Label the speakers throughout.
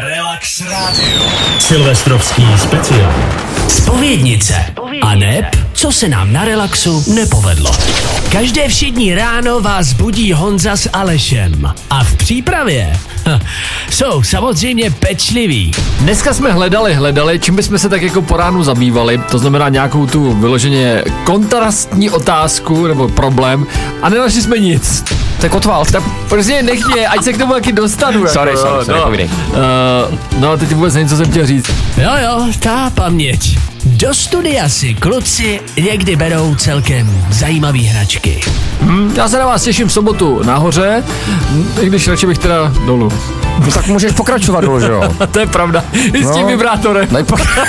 Speaker 1: Relax Radio. Silvestrovský speciál.
Speaker 2: Spovědnice. A neb, co se nám na relaxu nepovedlo. Každé všední ráno vás budí Honza s Alešem. A v přípravě ha, jsou samozřejmě pečliví.
Speaker 3: Dneska jsme hledali, hledali, čím bychom se tak jako po ránu zabývali, to znamená nějakou tu vyloženě kontrastní otázku nebo problém a nenašli jsme nic.
Speaker 4: Tak otvál.
Speaker 3: Tak prostě nech mě, ať se k tomu taky dostanu.
Speaker 4: Sorry,
Speaker 3: jako,
Speaker 4: sorry, sorry,
Speaker 3: no.
Speaker 4: povídej.
Speaker 3: Uh, no, teď vůbec nevím, co jsem chtěl říct.
Speaker 2: Jo jo, ta paměť. Do studia si kluci někdy berou celkem zajímavý hračky.
Speaker 3: Já se na vás těším v sobotu nahoře, m, i když radši bych teda dolů.
Speaker 4: No Tak můžeš pokračovat dolů, že jo?
Speaker 3: A to je pravda, i s tím
Speaker 4: No.
Speaker 3: vibrátorem.
Speaker 4: Nejpo-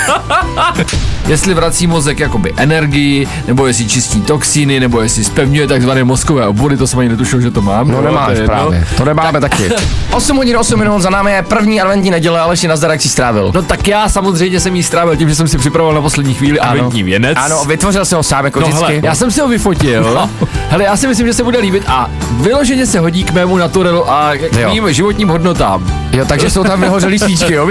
Speaker 3: Jestli vrací mozek jakoby energii, nebo jestli čistí toxíny, nebo jestli spevňuje takzvané mozkové obvody, to jsem ani netušil, že to mám.
Speaker 4: No
Speaker 3: to
Speaker 4: nemáš
Speaker 3: je
Speaker 4: právě,
Speaker 3: jedno.
Speaker 4: to nemáme taky. 8 hodin, 8 minut, za námi je první adventní neděle, ale ještě na zdarek si strávil.
Speaker 3: No tak já samozřejmě jsem jí strávil tím, že jsem si připravoval na poslední chvíli a
Speaker 4: Ano.
Speaker 3: vední věnec.
Speaker 4: Ano, vytvořil jsi ho sám jako
Speaker 3: No hele,
Speaker 4: vždycky.
Speaker 3: já jsem si ho vyfotil.
Speaker 4: No.
Speaker 3: Hele, já si myslím, že se bude líbit a vyloženě se hodí k mému naturelu a k
Speaker 4: Jo.
Speaker 3: mým životním hodnotám.
Speaker 4: Jo, takže jsou tam vyhořelý svíčky, jo?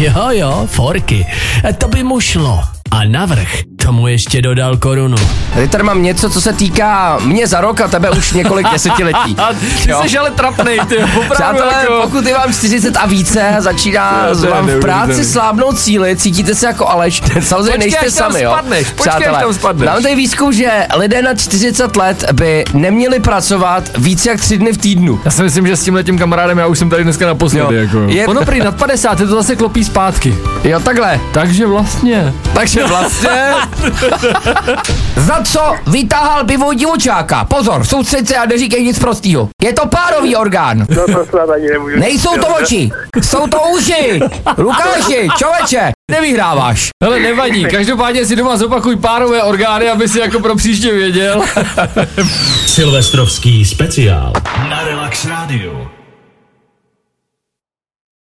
Speaker 2: Jo jo, forky. E, To by mu šlo. A navrh tomu ještě dodal korunu.
Speaker 4: Tady tady mám něco, co se týká mě za rok a tebe už několik desetiletí.
Speaker 3: A ty
Speaker 4: Jo.
Speaker 3: jsi ale trapnej, ty jo, opravdu.
Speaker 4: Přátelé,
Speaker 3: jako.
Speaker 4: pokud je vám 40 a více, začíná
Speaker 3: Jo, to je
Speaker 4: vám v práci
Speaker 3: neuvěřitelný.
Speaker 4: slábnout síly, cítíte se jako Aleš, samozřejmě
Speaker 3: Počkej,
Speaker 4: nejste
Speaker 3: až tam
Speaker 4: sami, jo.
Speaker 3: spadneš, počkej, až tam spadneš.
Speaker 4: Mám tady výzkum, že lidé nad 40 let by neměli pracovat více jak 3 dny v týdnu.
Speaker 3: Já si myslím, že s tímhle tím kamarádem já už jsem tady dneska naposledy.
Speaker 4: Jo.
Speaker 3: Jako.
Speaker 4: Je-
Speaker 3: Ono prý nad 50, je to zase klopí zpátky.
Speaker 4: Jo, takhle.
Speaker 3: Takže vlastně.
Speaker 4: Takže vlastně... Za co vytáhal pivo divočáka? Pozor, soustřed se a neříkej nic prostýho. Je to párový orgán.
Speaker 5: No to snad ani nemůžu.
Speaker 4: Nejsou
Speaker 5: říct,
Speaker 4: to
Speaker 5: jo.
Speaker 4: oči, jsou to uši. Lukáši, čověče, nevyhráváš.
Speaker 3: Hele, nevadí. Každopádně si doma zopakuj párové orgány, aby si jako pro příště věděl.
Speaker 1: Silvestrovský speciál. Na Relax Radio.